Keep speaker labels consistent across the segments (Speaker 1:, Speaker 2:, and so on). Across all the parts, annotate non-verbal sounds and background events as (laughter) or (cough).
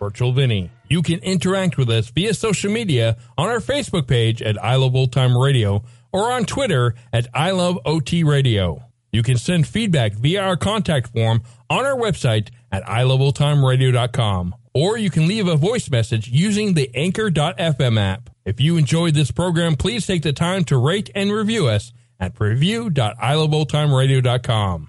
Speaker 1: Virtual Vinny. You can interact with us via social media on our Facebook page at I Love Old Time Radio or on Twitter at I Love OT Radio. You can send feedback via our contact form on our website at iloveoldtimeradio.com or you can leave a voice message using the anchor.fm app. If you enjoyed this program, please take the time to rate and review us at review.iloveoldtimeradio.com.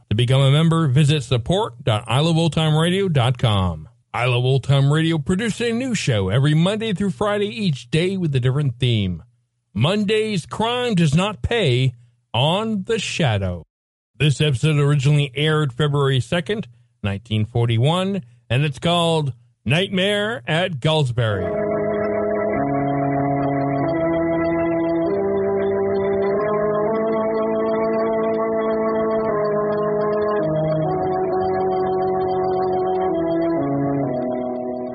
Speaker 1: To become a member, visit support.iloveoldtimeradio.com. I Love Old Time Radio produces a new show every Monday through Friday each day with a different theme. Monday's Crime Does Not Pay on The Shadow. This episode originally aired February 2nd, 1941, and it's called Nightmare at Gullsberry.
Speaker 2: Who knows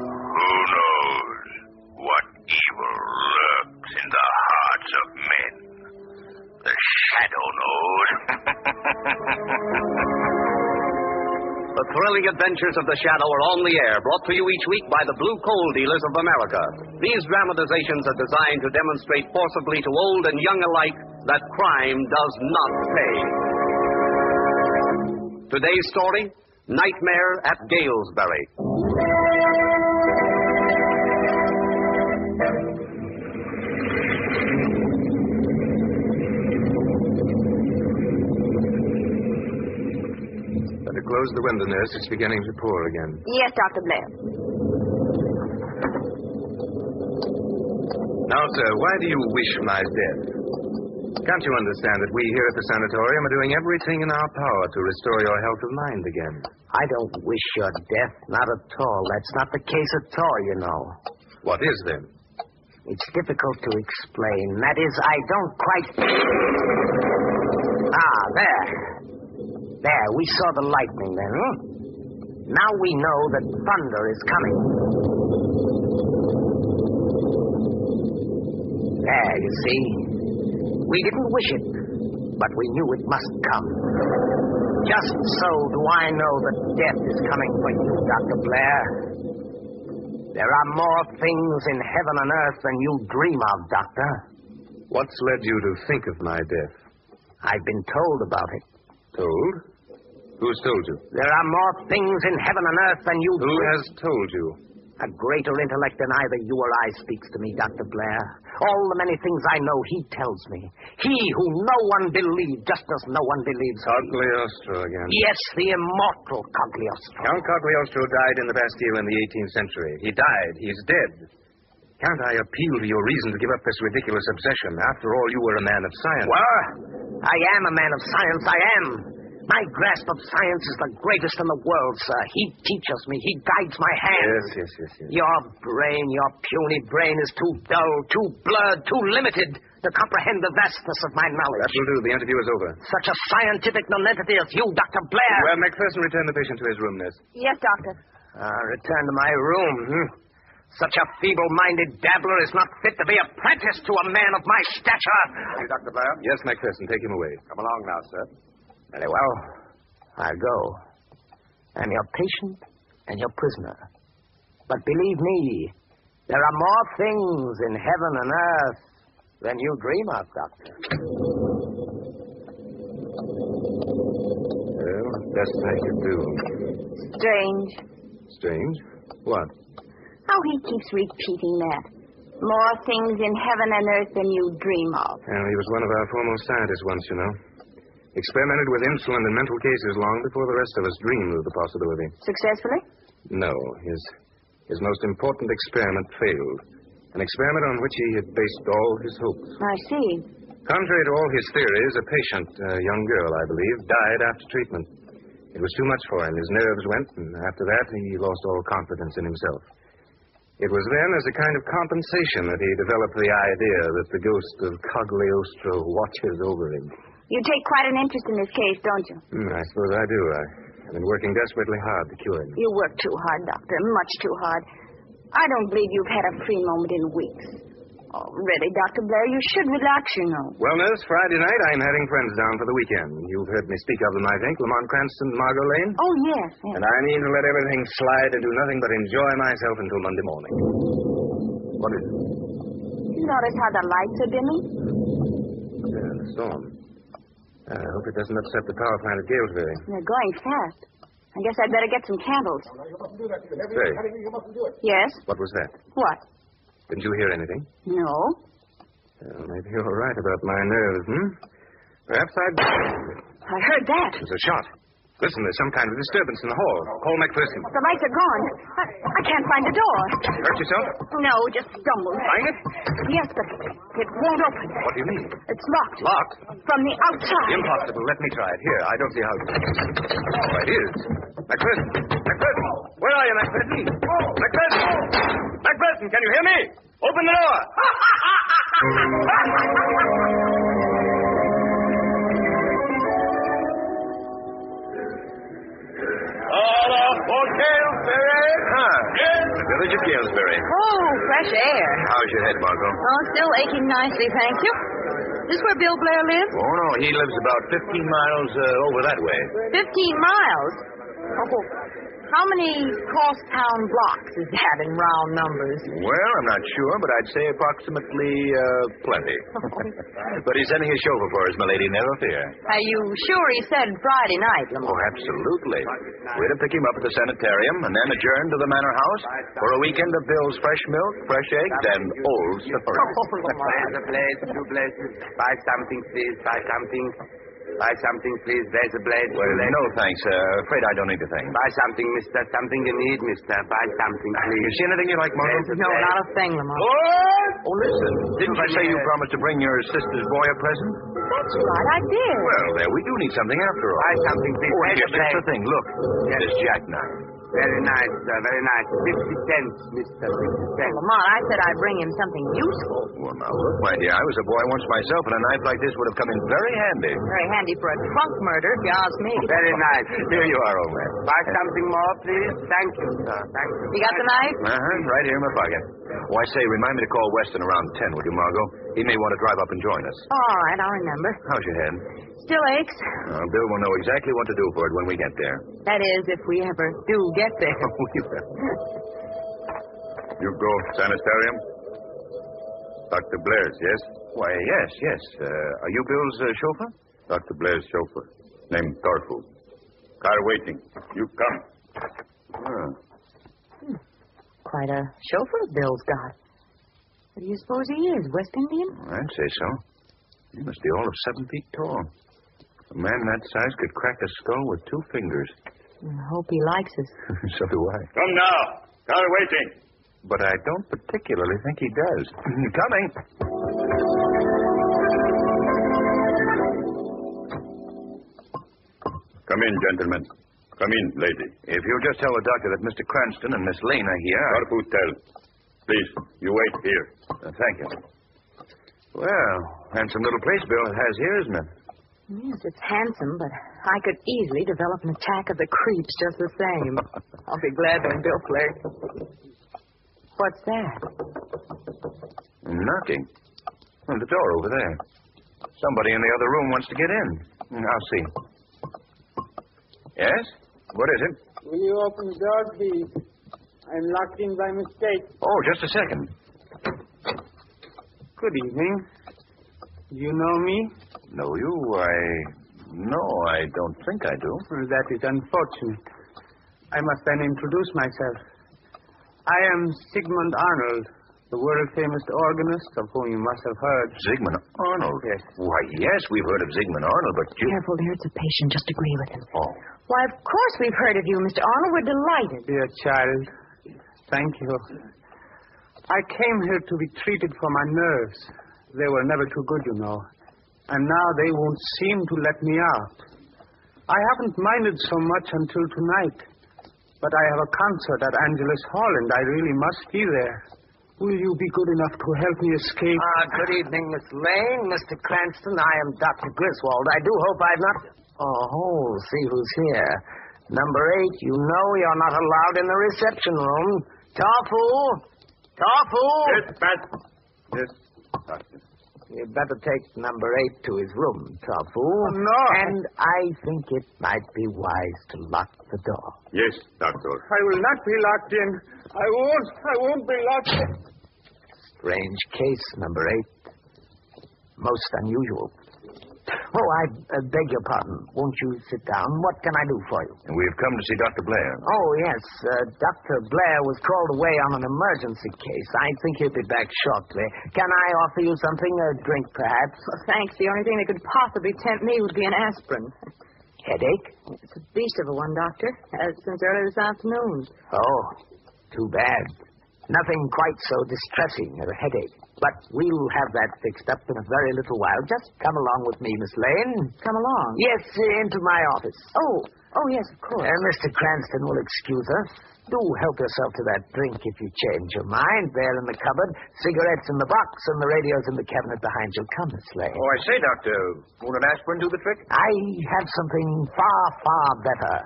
Speaker 2: what evil lurks in the hearts of men? The shadow
Speaker 3: (laughs)
Speaker 2: knows.
Speaker 4: The thrilling adventures of the Shadow are on the air, brought to you each week by the Blue Coal Dealers of America. These dramatizations are designed to demonstrate forcibly to old and young alike that crime does not pay. Today's story Nightmare at Galesbury.
Speaker 5: Better close the window, nurse. It's beginning to pour again.
Speaker 6: Yes, Dr. Blair.
Speaker 5: Now, sir, why do you wish my death? Can't you understand that we here at the sanatorium are doing everything in our power to restore your health of mind again?
Speaker 7: I don't wish your death, not at all. That's not the case at all, you know.
Speaker 5: What is then?
Speaker 7: It's difficult to explain. That is, I don't quite. Ah, there. There, we saw the lightning then, huh? Now we know that thunder is coming. There, you see. We didn't wish it, but we knew it must come. Just so do I know that death is coming for you, Dr. Blair. There are more things in heaven and earth than you dream of, Doctor.
Speaker 5: What's led you to think of my death?
Speaker 7: I've been told about it.
Speaker 5: Told? Who's told you?
Speaker 7: There are more things in heaven and earth than you
Speaker 5: Who has told you?
Speaker 7: A greater intellect than either you or I speaks to me, Dr. Blair. All the many things I know, he tells me. He who no one believed, just as no one believes.
Speaker 5: Cagliostro again.
Speaker 7: Yes, the immortal Cagliostro.
Speaker 5: Count Cagliostro died in the Bastille in the 18th century. He died. He's dead. Can't I appeal to your reason to give up this ridiculous obsession? After all, you were a man of science.
Speaker 7: Well, I am a man of science, I am. My grasp of science is the greatest in the world, sir. He teaches me, he guides my
Speaker 5: Yes,
Speaker 7: hands.
Speaker 5: yes, yes, yes.
Speaker 7: Your brain, your puny brain, is too dull, too blurred, too limited to comprehend the vastness of my knowledge.
Speaker 5: That'll do. The interview is over.
Speaker 7: Such a scientific nonentity as you, Dr. Blair.
Speaker 5: Well, Macpherson, return the patient to his room, nurse.
Speaker 6: Yes, Doctor.
Speaker 7: Uh, return to my room. Hmm? Such a feeble minded dabbler is not fit to be apprenticed to a man of my stature.
Speaker 4: You, Dr. Blair?
Speaker 5: Yes, Macpherson, take him away.
Speaker 4: Come along now, sir.
Speaker 7: Very well. I'll go. I'm your patient and your prisoner. But believe me, there are more things in heaven and earth than you dream of, Doctor.
Speaker 5: Well, best I could do.
Speaker 6: Strange
Speaker 5: Strange. What?
Speaker 6: how he keeps repeating that. More things in heaven and earth than you dream of.
Speaker 5: Well, he was one of our foremost scientists once, you know. Experimented with insulin in mental cases long before the rest of us dreamed of the possibility.
Speaker 6: Successfully?
Speaker 5: No, his his most important experiment failed. An experiment on which he had based all his hopes.
Speaker 6: I see.
Speaker 5: Contrary to all his theories, a patient, a young girl, I believe, died after treatment. It was too much for him. His nerves went, and after that, he lost all confidence in himself. It was then, as a kind of compensation, that he developed the idea that the ghost of Cagliostro watches over him.
Speaker 6: You take quite an interest in this case, don't you?
Speaker 5: Hmm, I suppose I do. I, I've been working desperately hard to cure him.
Speaker 6: You work too hard, Doctor. Much too hard. I don't believe you've had a free moment in weeks. Oh, really, Dr. Blair, you should relax, you know.
Speaker 5: Well, nurse, Friday night I'm having friends down for the weekend. You've heard me speak of them, I think. Lamont Cranston, Margot Lane.
Speaker 6: Oh, yes, yes.
Speaker 5: And I mean to let everything slide and do nothing but enjoy myself until Monday morning. What is it?
Speaker 6: You notice how the lights are dimming?
Speaker 5: Uh, the storm. Uh, I hope it doesn't upset the power plant at Galesbury.
Speaker 6: They're going fast. I guess I'd better get some candles.
Speaker 5: Say,
Speaker 6: Yes?
Speaker 5: what was that?
Speaker 6: What?
Speaker 5: Didn't you hear anything?
Speaker 6: No.
Speaker 5: Well, maybe you're right about my nerves, hmm? Perhaps I.
Speaker 6: I heard that.
Speaker 5: There's a shot. Listen, there's some kind of disturbance in the hall. Call McPherson.
Speaker 6: The lights are gone. I, I can't find the door.
Speaker 5: Hurt yourself?
Speaker 6: No, just stumbled.
Speaker 5: Find it?
Speaker 6: Yes, but it won't open.
Speaker 5: What do you mean?
Speaker 6: It's locked.
Speaker 5: Locked?
Speaker 6: From the outside.
Speaker 5: Impossible. Let me try it. Here, I don't see how. Oh, it is. McPherson. McPherson. Where are you,
Speaker 8: (laughs)
Speaker 3: Oh,
Speaker 5: McPherson? McPherson. McPherson, can you hear me? Open the
Speaker 2: (laughs)
Speaker 5: door.
Speaker 2: Order for Galesbury.
Speaker 5: Ah, the village of Galesbury.
Speaker 9: Oh, fresh air.
Speaker 5: How's your head, Margot?
Speaker 9: Oh, still aching nicely, thank you. Is this where Bill Blair lives?
Speaker 5: Oh, no. He lives about 15 miles uh, over that way.
Speaker 9: Fifteen miles. Oh, how many cross-town blocks is that in round numbers?
Speaker 5: Well, I'm not sure, but I'd say approximately uh, plenty. (laughs) but he's sending a chauffeur for us, my lady, never fear.
Speaker 9: Are you sure he said Friday night, Lamont?
Speaker 5: Oh, absolutely. We're to pick him up at the sanitarium and then adjourn to the manor house for a weekend of Bill's fresh milk, fresh eggs, and old stories.
Speaker 4: (laughs) There's a place, two places. Buy something, please. Buy something. Buy something, please. There's a place. two
Speaker 5: Well,
Speaker 4: places.
Speaker 5: no thanks. Uh, afraid I don't need a thing. Ah,
Speaker 4: Buy something, mister. Something you need, mister. Buy something,
Speaker 5: You
Speaker 4: please.
Speaker 5: see anything you like, Margot?
Speaker 9: No, not a thing, Lamont.
Speaker 5: Oh, listen. Didn't you say you promised to bring your sister's boy a present?
Speaker 9: That's right, I did.
Speaker 5: Well, there, we do need something after all.
Speaker 4: Buy something, please.
Speaker 5: Oh,
Speaker 4: There's
Speaker 5: here,
Speaker 4: a
Speaker 5: that's
Speaker 4: place.
Speaker 5: the thing. Look, this jackknife.
Speaker 4: Very nice, sir. Very nice. Fifty cents, mister. Fifty cents.
Speaker 9: Lamont, I said I'd bring him something useful.
Speaker 5: Well, now, look, my dear, I was a boy once myself, and a knife like this would have come in very handy.
Speaker 9: Very handy for a trunk murder, if you ask me.
Speaker 4: Very nice.
Speaker 5: Here you are, old man.
Speaker 4: Buy something more, please. Thank you, sir. Thank you.
Speaker 9: You got the knife?
Speaker 5: Uh-huh, right here in my pocket. Why, say, remind me to call Weston around 10, will you, Margot? He may want to drive up and join us.
Speaker 9: All right, Oh, I'll remember.
Speaker 5: How's your head?
Speaker 9: Still aches.
Speaker 5: Uh, Bill will know exactly what to do for it when we get there.
Speaker 9: That is, if we ever do get
Speaker 4: (laughs)
Speaker 9: there.
Speaker 4: Oh,
Speaker 5: you go sanitarium? Dr. Blair's, yes? Why, yes, yes. Uh, are you Bill's uh, chauffeur? Dr. Blair's chauffeur, named Thorfu. Car waiting. You come. Ah.
Speaker 9: Quite a chauffeur Bill's got. What do you suppose he is, West Indian?
Speaker 5: I'd say so. He must be all of seven feet tall. A man that size could crack a skull with two fingers.
Speaker 9: I hope he likes us.
Speaker 5: (laughs) so do I.
Speaker 2: Come now. Car waiting.
Speaker 5: But I don't particularly think he does. Coming.
Speaker 2: Come in, gentlemen. Come in, lady.
Speaker 5: If you'll just tell the doctor that Mr. Cranston and Miss Lane are here. I-
Speaker 2: Carpool tell. Please, you wait here.
Speaker 5: Uh, thank you. Well, handsome little place Bill has here, isn't it?
Speaker 9: Yes, it's handsome, but I could easily develop an attack of the creeps just the
Speaker 4: (laughs)
Speaker 9: same. I'll be glad when Bill flares. What's that?
Speaker 5: Knocking. Oh, the door over there. Somebody in the other room wants to get in. I'll see. Yes? What is it?
Speaker 3: Will you open the door, please? I'm locked in by mistake.
Speaker 5: Oh, just a second.
Speaker 3: Good evening. You know me?
Speaker 5: Know you? I. No, I don't think I do.
Speaker 3: Well, that is unfortunate. I must then introduce myself. I am Sigmund Arnold, the world famous organist of whom you must have heard.
Speaker 5: Zygmunt Arnold? Yes. Why, yes, we've heard of Zygmunt Arnold, but you.
Speaker 9: Careful, there's a patient. Just agree with him.
Speaker 5: Oh,
Speaker 9: Why, of course we've heard of you, Mr. Arnold. We're delighted.
Speaker 3: Dear child, thank you. I came here to be treated for my nerves. They were never too good, you know. And now they won't seem to let me out. I haven't minded so much until tonight. But I have a concert at Angelus Hall, and I really must be there. Will you be good enough to help me escape?
Speaker 7: Ah, good evening, Miss Lane, Mr. Cranston. I am Dr. Griswold. I do hope I've not. Oh, see who's here. Number eight, you know you're not allowed in the reception room. Tofu! Tofu!
Speaker 2: Pat. Yes, Doctor.
Speaker 7: You'd better take number eight to his room, Tofu.
Speaker 2: Oh,
Speaker 3: no.
Speaker 7: And I think it might be wise to lock the door.
Speaker 2: Yes, Doctor.
Speaker 3: I will not be locked in. I won't. I won't be locked
Speaker 2: (laughs)
Speaker 3: in.
Speaker 7: Strange case, number eight. Most unusual. Oh, I uh, beg your pardon. Won't you sit down? What can I do for you?
Speaker 5: and we've come to see Dr. Blair.
Speaker 7: Oh, yes. Uh, Dr. Blair was called away on an emergency case. I think he'll be back shortly. Can I offer you something? A drink, perhaps?
Speaker 9: Well, (laughs) thanks. The only thing that could possibly tempt me would be an aspirin.
Speaker 7: Headache?
Speaker 9: It's a beast of a one, Doctor. Uh, since early this afternoon.
Speaker 7: Oh, too bad. Nothing quite so distressing as a headache. But we'll have that fixed up in a very little while. Just come along with me, Miss Lane.
Speaker 9: Come along.
Speaker 7: Yes, into my office.
Speaker 9: Oh, oh yes, of course.
Speaker 7: Uh, Mr. Cranston will excuse us. Do help yourself to that drink if you change your mind. There in the cupboard, cigarettes in the box, and the radio's in the cabinet behind you. Come, Miss Lane.
Speaker 5: Oh, I say, Doctor, won't an aspirin do the trick?
Speaker 7: I have something far, far better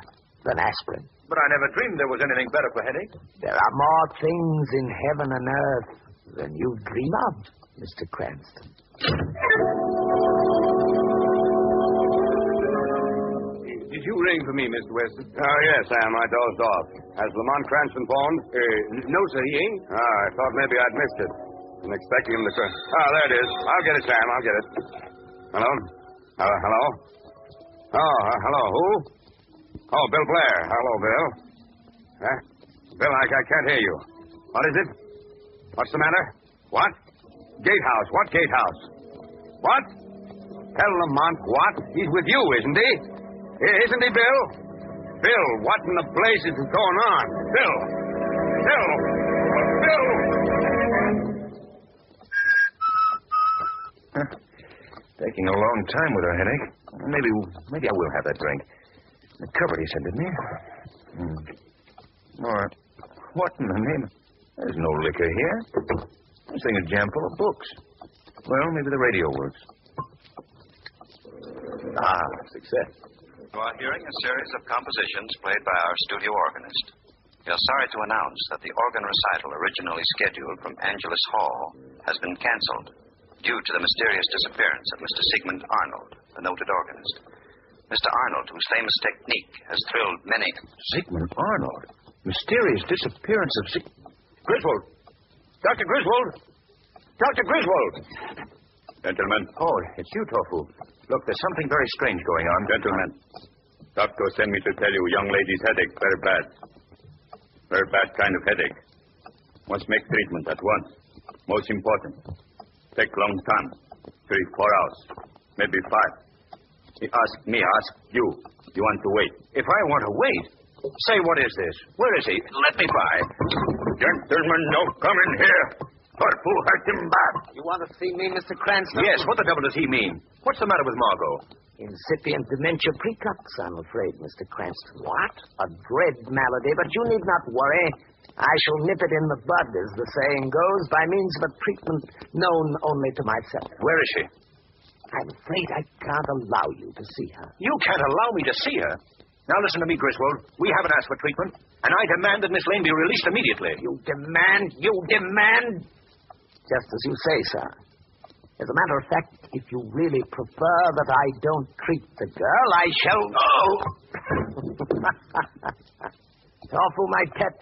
Speaker 7: than aspirin.
Speaker 5: But I never dreamed there was anything better for headache.
Speaker 7: There are more things in heaven and earth than you dream of, Mr. Cranston.
Speaker 4: Did you ring for me, Mr. Weston?
Speaker 2: Oh, yes, Sam. I dozed off.
Speaker 4: Has Lamont Cranston phoned? Uh, no, sir, he ain't. Ah, I thought maybe I'd missed it. I'm expecting him to. cr- Ah, there it is. I'll get it, Sam. I'll get it. Hello? Uh, hello? Oh, uh, hello. Who? Oh, Bill Blair. Hello, Bill. Huh? Bill, I, I can't hear you. What is it? What's the matter? What? Gatehouse. What gatehouse? What? Tell Lamont what? He's with you, isn't he? I- Isn't he, Bill? Bill, what in the blazes is going on? Bill! Bill! Bill!
Speaker 5: Taking a long time with her headache. Maybe, maybe I will have that drink. The cupboard, he said, didn't he? Hmm. All right. What in the name? There's no liquor here. This thing is jam full of books. Well, maybe the radio works. Ah, success.
Speaker 10: You are hearing a series of compositions played by our studio organist. We are sorry to announce that the organ recital originally scheduled from Angelus Hall has been canceled due to the mysterious disappearance of Mr. Sigmund Arnold, the noted organist. Mr. Arnold, whose famous technique has thrilled many.
Speaker 5: Sigmund Arnold. Mysterious disappearance of Sig. Griswold. Dr. Griswold. Dr. Griswold.
Speaker 2: Gentlemen,
Speaker 5: Oh, it's you, Tofu. Look, there's something very strange going on.
Speaker 2: gentlemen. Doctor sent me to tell you, young lady's headache very bad. Very bad kind of headache. Must make treatment at once. Most important. Take long time. Three, four hours. Maybe five. He asked me, asked you. You want to wait.
Speaker 5: If I want to wait. Say, what is this? Where is he? Let me by.
Speaker 2: Gentlemen, don't come in here. Corfu hurt him bad.
Speaker 7: You want to see me, Mr. Cranston?
Speaker 5: Yes, what the devil does he mean? What's the matter with Margot?
Speaker 7: Incipient dementia precox, I'm afraid, Mr. Cranston. What? A dread malady, but you need not worry. I shall nip it in the bud, as the saying goes, by means of a treatment known only to myself.
Speaker 5: Where is she?
Speaker 7: I'm afraid I can't allow you to see her.
Speaker 5: You can't allow me to see her. Now listen to me, Griswold. We haven't asked for treatment, and I demand that Miss Lane be released immediately.
Speaker 7: You demand? You demand? Just as you say, sir. As a matter of fact, if you really prefer that I don't treat the girl, I shall. (laughs)
Speaker 5: Oh!
Speaker 7: Tofu, my pet.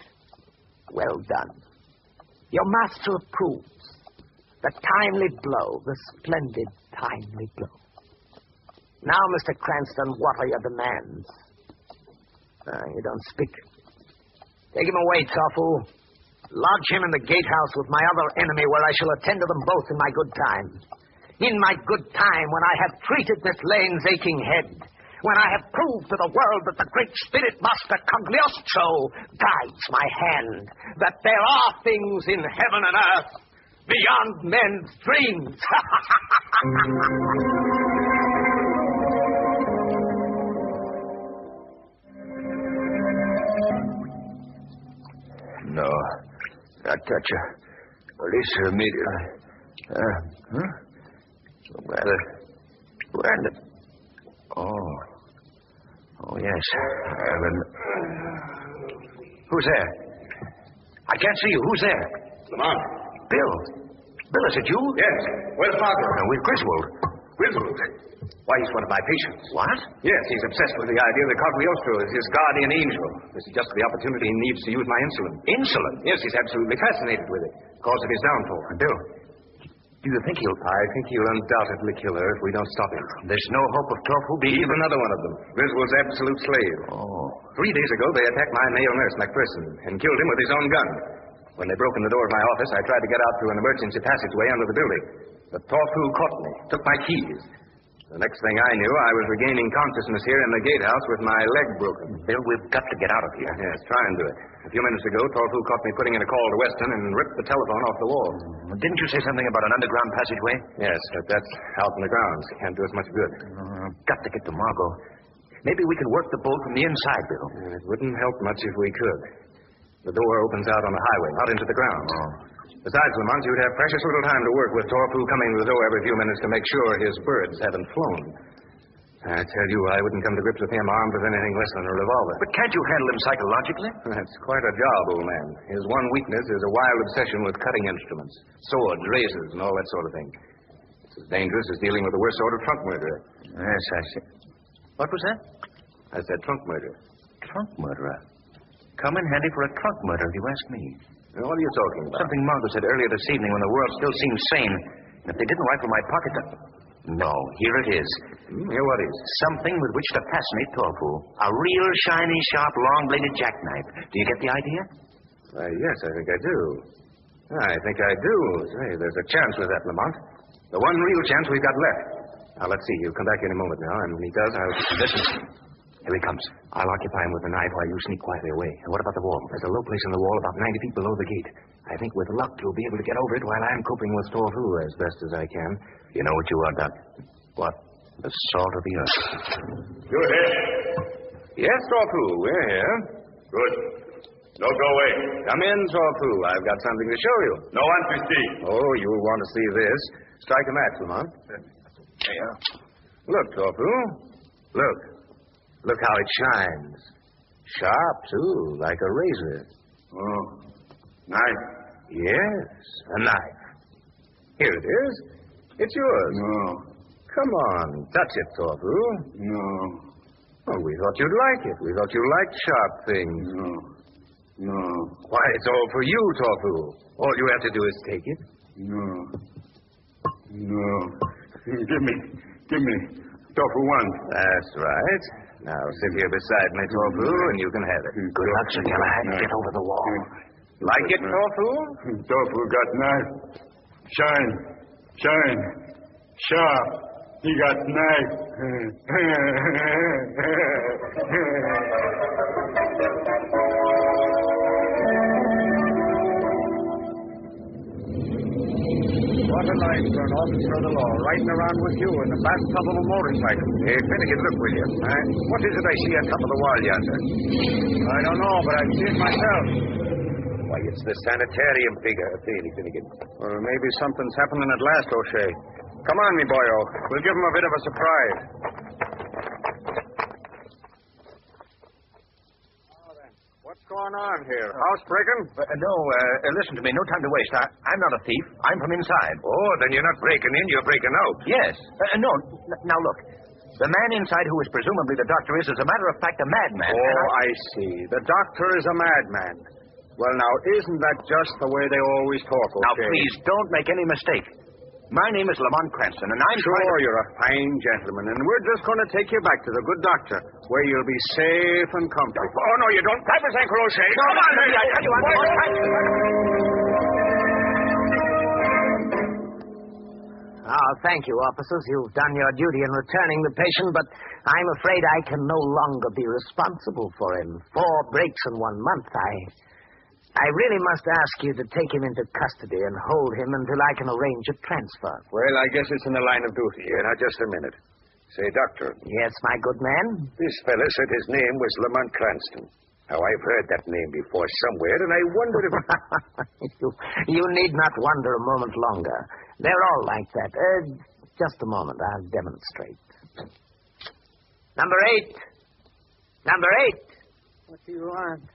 Speaker 7: Well done. Your master approves. The timely blow, the splendid timely blow. Now, Mr. Cranston, what are your demands? Ah, you don't speak. Take him away, Tofu. Lodge him in the gatehouse with my other enemy, where I shall attend to them both in my good time. In my good time, when I have treated Miss Lane's aching head, when I have proved to the world that the great spirit master Cagliostro guides my hand, that there are things in heaven and earth beyond men's dreams.
Speaker 11: No, not touch her. Release her immediately. Uh, huh? Where the... Where the... Oh. Oh, yes. Evan.
Speaker 5: Who's there? I can't see you. Who's there?
Speaker 12: Lamont.
Speaker 5: Bill. Bill, is it you?
Speaker 12: Yes. Where's Fargo?
Speaker 5: No, with Griswold.
Speaker 12: Griswold. Why, he's one of my patients.
Speaker 5: What?
Speaker 12: Yes, he's obsessed with the idea that Cagliostro is his guardian angel. This is just the opportunity he needs to use my insulin.
Speaker 5: Insulin?
Speaker 12: Yes, he's absolutely fascinated with it. Cause of his downfall.
Speaker 5: And Bill,
Speaker 12: do you think he'll... I think he'll undoubtedly kill her if we don't stop him.
Speaker 5: There's no hope of Tofu being...
Speaker 12: He's another one of them. Griswold's absolute slave.
Speaker 5: Oh.
Speaker 12: Three days ago, they attacked my male nurse, McPherson, and killed him with his own gun. When they broke in the door of my office, I tried to get out through an emergency passageway under the building. But Tofu caught me, took my keys. The next thing I knew, I was regaining consciousness here in the gatehouse with my leg broken.
Speaker 5: Bill, we've got to get out of here.
Speaker 12: Yes, try and do it. A few minutes ago, Torfu caught me putting in a call to Weston and ripped the telephone off the wall.
Speaker 5: Didn't you say something about an underground passageway?
Speaker 12: Yes, but that's out in the grounds. Can't do us much good.
Speaker 5: Uh, got to get to Margot. Maybe we can work the bolt from the inside, Bill.
Speaker 12: Mm, It wouldn't help much if we could. The door opens out on the highway, not into the grounds.
Speaker 5: Oh.
Speaker 12: Besides, Lamont, you'd have precious little time to work with Torfu coming to the door every few minutes to make sure his birds haven't flown. I tell you, I wouldn't come to grips with him armed with anything less than a revolver.
Speaker 5: But can't you handle him psychologically?
Speaker 12: (laughs) That's quite a job, old man. His one weakness is a wild obsession with cutting instruments, swords, razors, and all that sort of thing. It's as dangerous as dealing with the worst sort of trunk murderer.
Speaker 5: Yes, I see. What was that?
Speaker 12: I said trunk murder.
Speaker 5: Trunk murderer? Come in handy for a trunk murder, if you ask me.
Speaker 12: What are you talking about?
Speaker 5: Something Margot said earlier this evening when the world still seemed sane. If they didn't rifle my pocket, then... No, here it is.
Speaker 12: Hmm, here what is?
Speaker 5: Something with which to fascinate Torfu. A real shiny, sharp, long-bladed jackknife. Do you get the idea?
Speaker 12: Uh, yes, I think I do. Ah, I think I do. Say, there's a chance with that, Lamont. The one real chance we've got left. Now, let's see. He'll come back any moment now, and when he does, I'll...
Speaker 5: Listen.
Speaker 12: Here he comes. I'll occupy him with the knife while you sneak quietly away. And what about the wall? There's a low place in the wall about 90 feet below the gate. I think with luck you'll be able to get over it while I'm coping with Torfu as best as I can.
Speaker 5: You know what you are, Doc? What? The salt of the earth.
Speaker 13: You're here.
Speaker 12: Yes, Torfu, we're here.
Speaker 13: Good. No, go away.
Speaker 12: Come in, Torfu. I've got something to show you.
Speaker 13: No one to see.
Speaker 12: Oh, you'll want to see this. Strike a match, Lamont.
Speaker 13: Here.
Speaker 12: Look, Torfu. Look. Look how it shines. Sharp, too, like a razor.
Speaker 13: Oh. Knife?
Speaker 12: Yes, a knife. Here it is. It's yours.
Speaker 13: No.
Speaker 12: Come on, touch it, Torfu.
Speaker 13: No.
Speaker 12: Well, we thought you'd like it. We thought you liked sharp things.
Speaker 13: No. No.
Speaker 12: Why, it's all for you, Torfu. All you have to do is take it.
Speaker 13: No. No. give me. Give me. Tofu one.
Speaker 12: That's right. Now sit here beside me, Torfu, and you can have it.
Speaker 13: Mm.
Speaker 7: Good luck, Sir Galahad. Get over the wall.
Speaker 12: Like it, Torfu?
Speaker 14: (laughs)
Speaker 13: Tofu got knife. Shine. Shine. Sharp. He got knife.
Speaker 8: What a life for an officer of the law, riding around with you in the bathtub of a motorcycle.
Speaker 14: Hey, Finnegan, look, will you?
Speaker 8: Huh?
Speaker 14: What is it I see on top of the wall yonder?
Speaker 8: I don't know, but I've seen it myself.
Speaker 14: Why, it's the sanitarium figure, Finnegan.
Speaker 8: Well, maybe something's happening at last, O'Shea.
Speaker 5: Come on, me boyo. We'll give him a bit of a surprise.
Speaker 12: What's going on here?
Speaker 15: Housebreaking? Uh, no, uh, listen to me. No time to waste. I, I'm not a thief. I'm from inside.
Speaker 16: Oh, then you're not breaking in, you're breaking out.
Speaker 15: Yes. Uh, no, n- now look. The man inside who is presumably the doctor is, as a matter of fact, a madman.
Speaker 5: Oh, I... see. The doctor is a madman. Well, now, isn't that just the way they always talk, okay?
Speaker 15: Now, please, don't make any mistake. My name is Lamont Cranston, and I'm
Speaker 5: Sure,
Speaker 15: trying to-
Speaker 5: you're a fine gentleman, and we're just going to take you back to the good doctor, where you'll be safe and comfortable.
Speaker 16: Oh, no, you don't. Grab his ankle, O'Shea.
Speaker 15: No,
Speaker 16: Come on,
Speaker 15: no,
Speaker 16: baby.
Speaker 15: I tell you, I'm
Speaker 16: Boy,
Speaker 15: all
Speaker 16: no.
Speaker 7: Oh, thank you, officers. You've done your duty in returning the patient, but I'm afraid I can no longer be responsible for him. Four breaks in one month. I. I really must ask you to take him into custody and hold him until I can arrange a transfer.
Speaker 12: Well, I guess it's in the line of duty. Uh, Now, just a minute. Say, Doctor.
Speaker 7: Yes, my good man?
Speaker 12: This fella said his name was Lamont Cranston. Now, I've heard that name before somewhere, and I wondered if.
Speaker 7: (laughs) you, you need not wonder a moment longer. They're all like that. Uh, just a moment. I'll demonstrate. Number eight. Number eight.
Speaker 3: What do you want?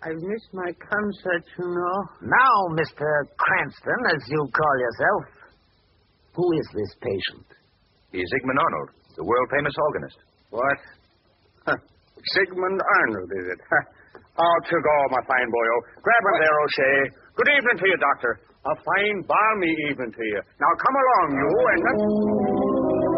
Speaker 3: I've missed my concert, you know.
Speaker 7: Now, Mr. Cranston, as you call yourself, who is this patient?
Speaker 15: He's Zygmunt Arnold, the world famous organist.
Speaker 5: What? Huh. Sigmund Arnold, is it? Huh. Out you go, my fine boyo. Grab him there, O'Shea. Good evening to you, Doctor. A fine, balmy evening to you. Now come along, you, and let...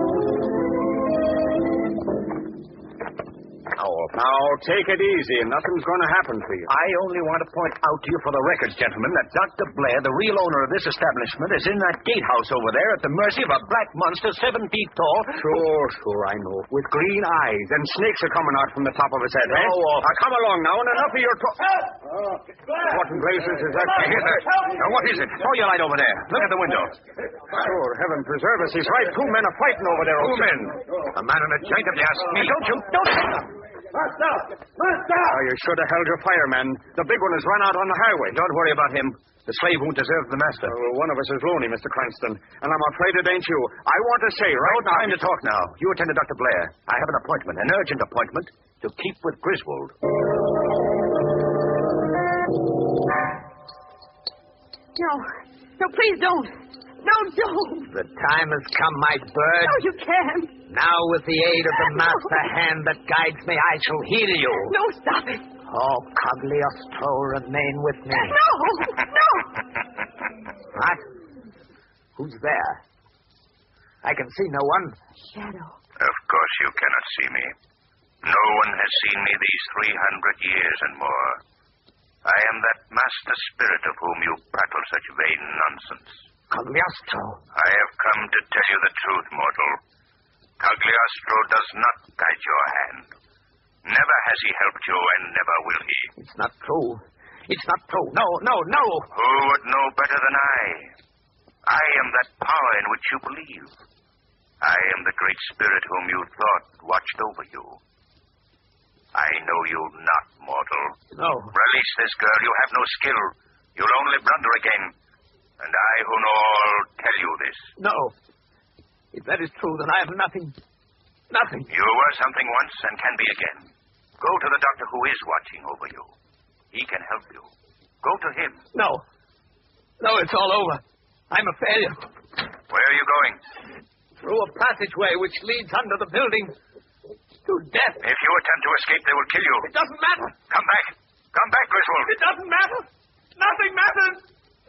Speaker 5: Now take it easy. Nothing's going to happen to you.
Speaker 15: I only want to point out to you for the records, gentlemen, that Dr. Blair, the real owner of this establishment, is in that gatehouse over there at the mercy of a black monster seven feet tall.
Speaker 5: Sure, sure, I know. With green eyes, and snakes are coming out from the top of his head, eh?
Speaker 15: No, uh, officer.
Speaker 5: Now, come along now, and enough of your talk. What in blazes is that?
Speaker 15: Hey, here, there. Now, what is it? Throw your light over there. Look at the window.
Speaker 5: Sure, heaven preserve us. He's right. Two men are fighting over there.
Speaker 15: Two
Speaker 5: O'Shea.
Speaker 15: men. A man and a giant, if you ask me. Don't you? Don't.
Speaker 5: Oh, you should have held your fire, man. The big one has run out on the highway.
Speaker 15: Don't worry about him. The slave won't deserve the master.
Speaker 5: Well, Oh, one of us is loony, Mr. Cranston, and I'm afraid it ain't you. I want to say right
Speaker 15: No
Speaker 5: now.
Speaker 15: time to talk now. You attend to Dr. Blair. I have an appointment, an urgent appointment, to keep with Griswold.
Speaker 6: No. No, please don't. No, don't.
Speaker 7: The time has come, my bird.
Speaker 6: No, you can't.
Speaker 7: Now, with the aid of the master hand that guides me, I shall heal you.
Speaker 6: No, stop it.
Speaker 7: Oh, Cogliostro, remain with me.
Speaker 6: No, no.
Speaker 7: What? Who's there? I can see no one.
Speaker 6: Shadow.
Speaker 10: Of course you cannot see me. No one has seen me these 300 years and more. I am that master spirit of whom you prattle such vain nonsense.
Speaker 7: Cogliostro.
Speaker 10: I have come to tell you the truth, mortal. Cagliostro does not guide your hand. Never has he helped you, and never will he.
Speaker 7: It's not true. It's not true. No, no, no.
Speaker 10: Who would know better than I? I am that power in which you believe. I am the great spirit whom you thought watched over you. I know you not, mortal.
Speaker 7: No.
Speaker 10: Release this girl. You have no skill. You'll only blunder again. And I, who know all, tell you this.
Speaker 7: No. If that is true, then I have nothing. Nothing.
Speaker 10: You were something once and can be again. Go to the doctor who is watching over you. He can help you. Go to him.
Speaker 7: No. No, it's all over. I'm a failure.
Speaker 10: Where are you going?
Speaker 7: Through a passageway which leads under the building to death.
Speaker 10: If you attempt to escape, they will kill you.
Speaker 7: It doesn't matter.
Speaker 10: Come back. Come back, Griswold.
Speaker 7: It doesn't matter. Nothing matters.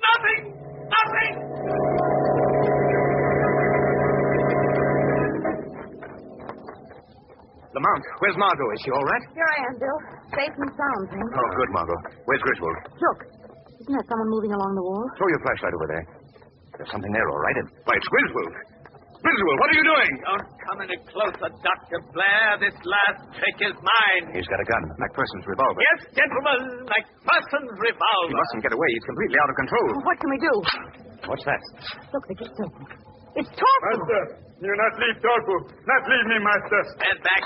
Speaker 7: Nothing. Nothing.
Speaker 12: Lamont, where's Margot? Is she all right?
Speaker 6: Here I am, Bill. Safe and sound, thank you.
Speaker 12: Oh, good, Margot. Where's Griswold?
Speaker 6: Look. Isn't that someone moving along the wall?
Speaker 12: Throw your flashlight over there. There's something there, all right. It- Why, it's Griswold. Griswold, what are you doing?
Speaker 8: Don't Oh, come any closer, Dr. Blair. This last trick is mine.
Speaker 12: He's got a gun, MacPherson's revolver.
Speaker 8: Yes, gentlemen, MacPherson's
Speaker 12: He
Speaker 8: revolver.
Speaker 12: mustn't get away. He's completely out of control.
Speaker 6: What can we do?
Speaker 12: What's that?
Speaker 6: Look, the gate's open. It's Torfman.
Speaker 17: You not leave Torbu. Not leave me, master.
Speaker 8: Stand back.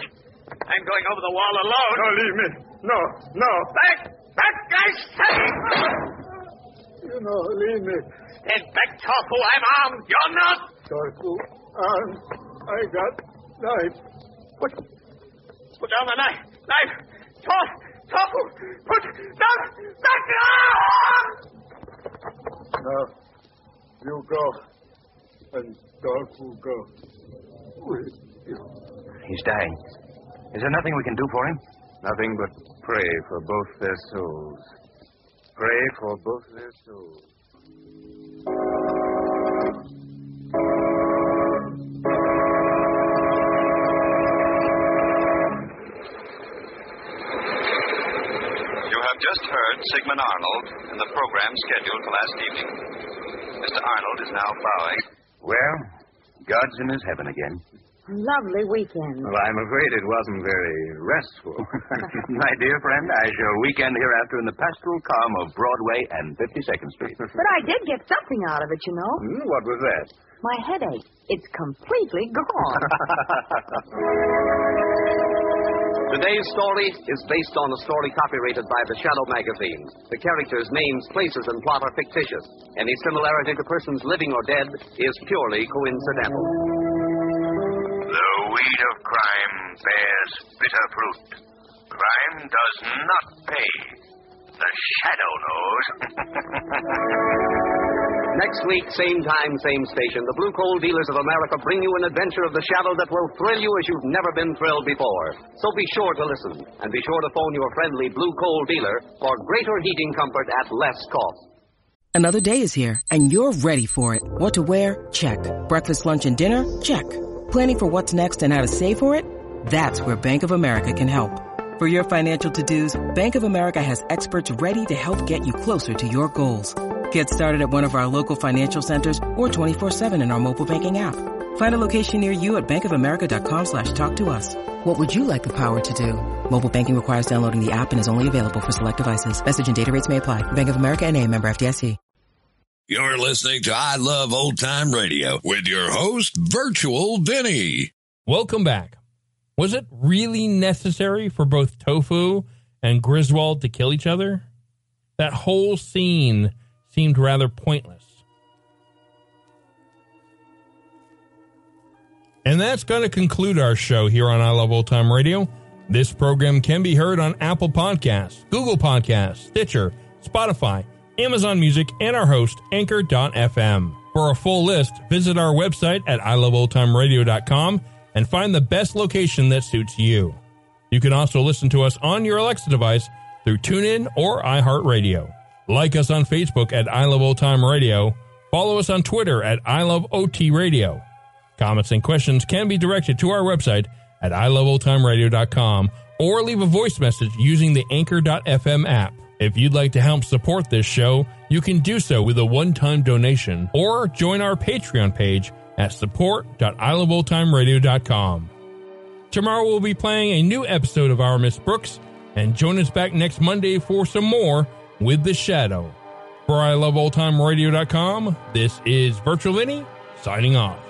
Speaker 8: I'm going over the wall alone.
Speaker 17: No, leave me. No, no.
Speaker 8: Back! Back, I say!
Speaker 17: You know, leave me.
Speaker 8: Stand back, Torfu. I'm armed. You're not.
Speaker 17: Torfu. Um, I got knife.
Speaker 8: Put, put down the knife. Knife. Tor, Torfu. Put down that knife.
Speaker 17: Now, you go. And Torfu go. With you.
Speaker 5: He's dying. Is there nothing we can do for him? Nothing but pray for both their souls. Pray for both their souls.
Speaker 10: You have just heard Sigmund Arnold in the program scheduled for last evening. Mr. Arnold is now bowing.
Speaker 5: Well, God's in his heaven again.
Speaker 9: Lovely weekend.
Speaker 5: Well, I'm afraid it wasn't very
Speaker 9: (laughs)
Speaker 5: restful.
Speaker 15: (laughs) My dear friend, I shall weekend hereafter in the pastoral calm of Broadway and 52nd Street.
Speaker 9: (laughs) But I did get something out of it, you know.
Speaker 5: Hmm, what was that?
Speaker 9: My headache. It's completely gone.
Speaker 4: Today's story is based on a story copyrighted by the Shadow magazine. The characters, names, places, and plot are fictitious. Any similarity to persons living or dead is purely coincidental.
Speaker 18: The weed of crime bears bitter fruit. Crime does not pay. The shadow knows.
Speaker 10: (laughs)
Speaker 4: Next week, same time, same station, the Blue Coal Dealers of America bring you an adventure of the shadow that will thrill you as you've never been thrilled before. So be sure to listen, and be sure to phone your friendly Blue Coal dealer for greater heating comfort at less cost.
Speaker 19: Another day is here, and you're ready for it. What to wear? Check. Breakfast, lunch, and dinner? Check. Planning for what's next and how to save for it? That's where Bank of America can help. For your financial to-dos, Bank of America has experts ready to help get you closer to your goals. Get started at one of our local financial centers or 24-7 in our mobile banking app. Find a location near you at bankofamerica.com slash talk to us. What would you like the power to do? Mobile banking requires downloading the app and is only available for select devices. Message and data rates may apply. Bank of America and a member FDIC.
Speaker 20: You're listening to I Love Old Time Radio with your host, Virtual Vinny.
Speaker 1: Welcome back. Was it really necessary for both Tofu and Griswold to kill each other? That whole scene seemed rather pointless. And that's going to conclude our show here on I Love Old Time Radio. This program can be heard on Apple Podcasts, Google Podcasts, Stitcher, Spotify, Amazon Music, and our host, Anchor.fm. For a full list, visit our website at iloveoldtimeradio.com and find the best location that suits you. You can also listen to us on your Alexa device through TuneIn or iHeartRadio. Like us on Facebook at I Love Old Time Radio. Follow us on Twitter at I Love OT Radio. Comments and questions can be directed to our website at iloveoldtimeradio.com or leave a voice message using the anchor.fm app. If you'd like to help support this show, you can do so with a one-time donation or join our Patreon page at support.iloveoldtimeradio.com. Tomorrow we'll be playing a new episode of Our Miss Brooks and join us back next Monday for some more with The Shadow. For iloveoldtimeradio.com, this is Virtual Vinny signing off.